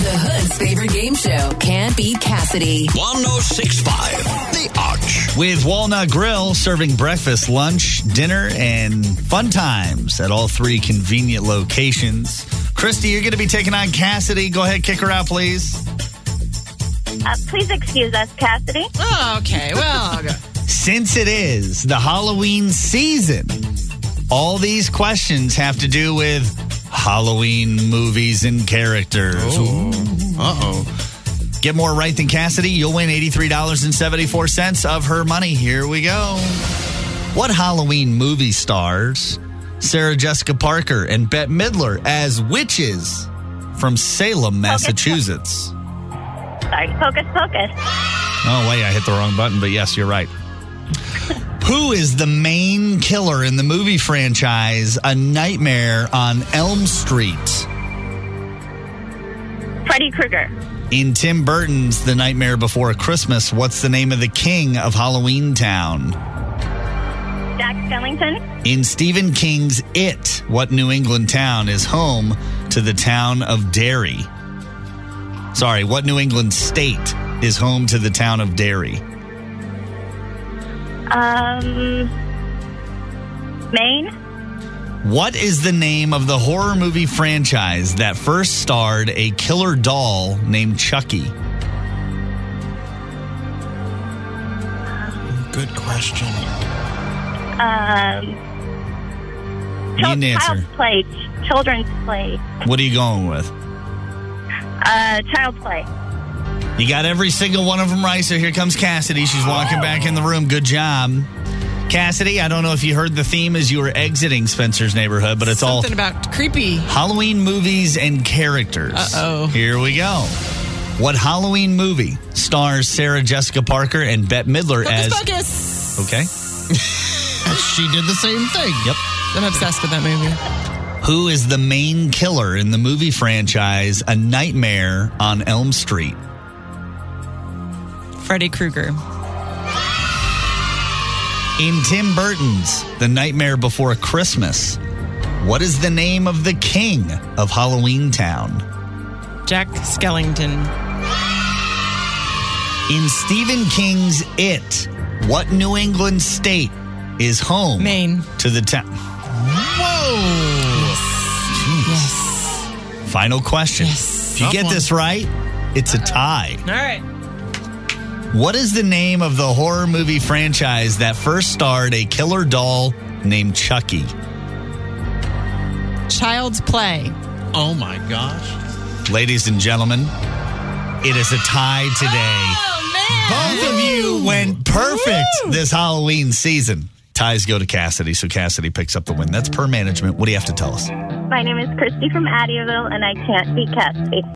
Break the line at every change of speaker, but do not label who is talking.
America's favorite game show can't beat Cassidy.
1065, The Arch.
with Walnut Grill serving breakfast, lunch, dinner, and fun times at all three convenient locations. Christy, you're going to be taking on Cassidy. Go ahead, kick her out, please.
Uh, please excuse us, Cassidy.
Oh, okay. Well, I'll go.
Since it is the Halloween season, all these questions have to do with Halloween movies and characters.
Uh oh.
Get more right than Cassidy, you'll win $83.74 of her money. Here we go. What Halloween movie stars Sarah Jessica Parker and Bette Midler as witches from Salem, Massachusetts?
Sorry, Hocus Pocus.
Oh, wait, I hit the wrong button, but yes, you're right. Who is the main killer in the movie franchise A Nightmare on Elm Street
Freddy Krueger.
in Tim Burton's The Nightmare Before Christmas? What's the name of the king of Halloween Town?
Jack Skellington.
In Stephen King's It, what New England town is home to the town of Derry? Sorry, what New England state is home to the town of Derry?
Um, Maine.
What is the name of the horror movie franchise that first starred a killer doll named Chucky?
Good question.
Um,
Need an
child's
answer.
play. Children's play.
What are you going with?
Uh, child play.
You got every single one of them right, so here comes Cassidy. She's
Oh.
walking back in the room. Good job. Cassidy, I don't know if you heard the theme as you were exiting Spencer's neighborhood, but it's all
Something about creepy.
Halloween movies and characters.
Uh-oh.
Here we go. What Halloween movie stars Sarah Jessica Parker and Bette Midler
Focus,
as
focus.
Okay.
She did the same thing.
Yep.
I'm obsessed with that movie.
Who is the main killer in the movie franchise A Nightmare on Elm Street?
Freddy Krueger.
In Tim Burton's The Nightmare Before Christmas, what is the name of the king of Halloween Town?
Jack Skellington.
In Stephen King's It, what New England state is home
Maine.
to the town?
Yes.
Final question.
Yes.
If you
Tough
get
one.
this right, it's a tie.
All right.
What is the name of the horror movie franchise that first starred a killer doll named Chucky?
Child's play.
Oh my gosh.
Ladies and gentlemen, it is a tie today.
Oh,
Both of you went perfect this Halloween season. Ties go to Cassidy, so Cassidy picks up the win. That's per management. What do you have to tell us?
My name is Christy from Addieville, and I can't be Cassidy.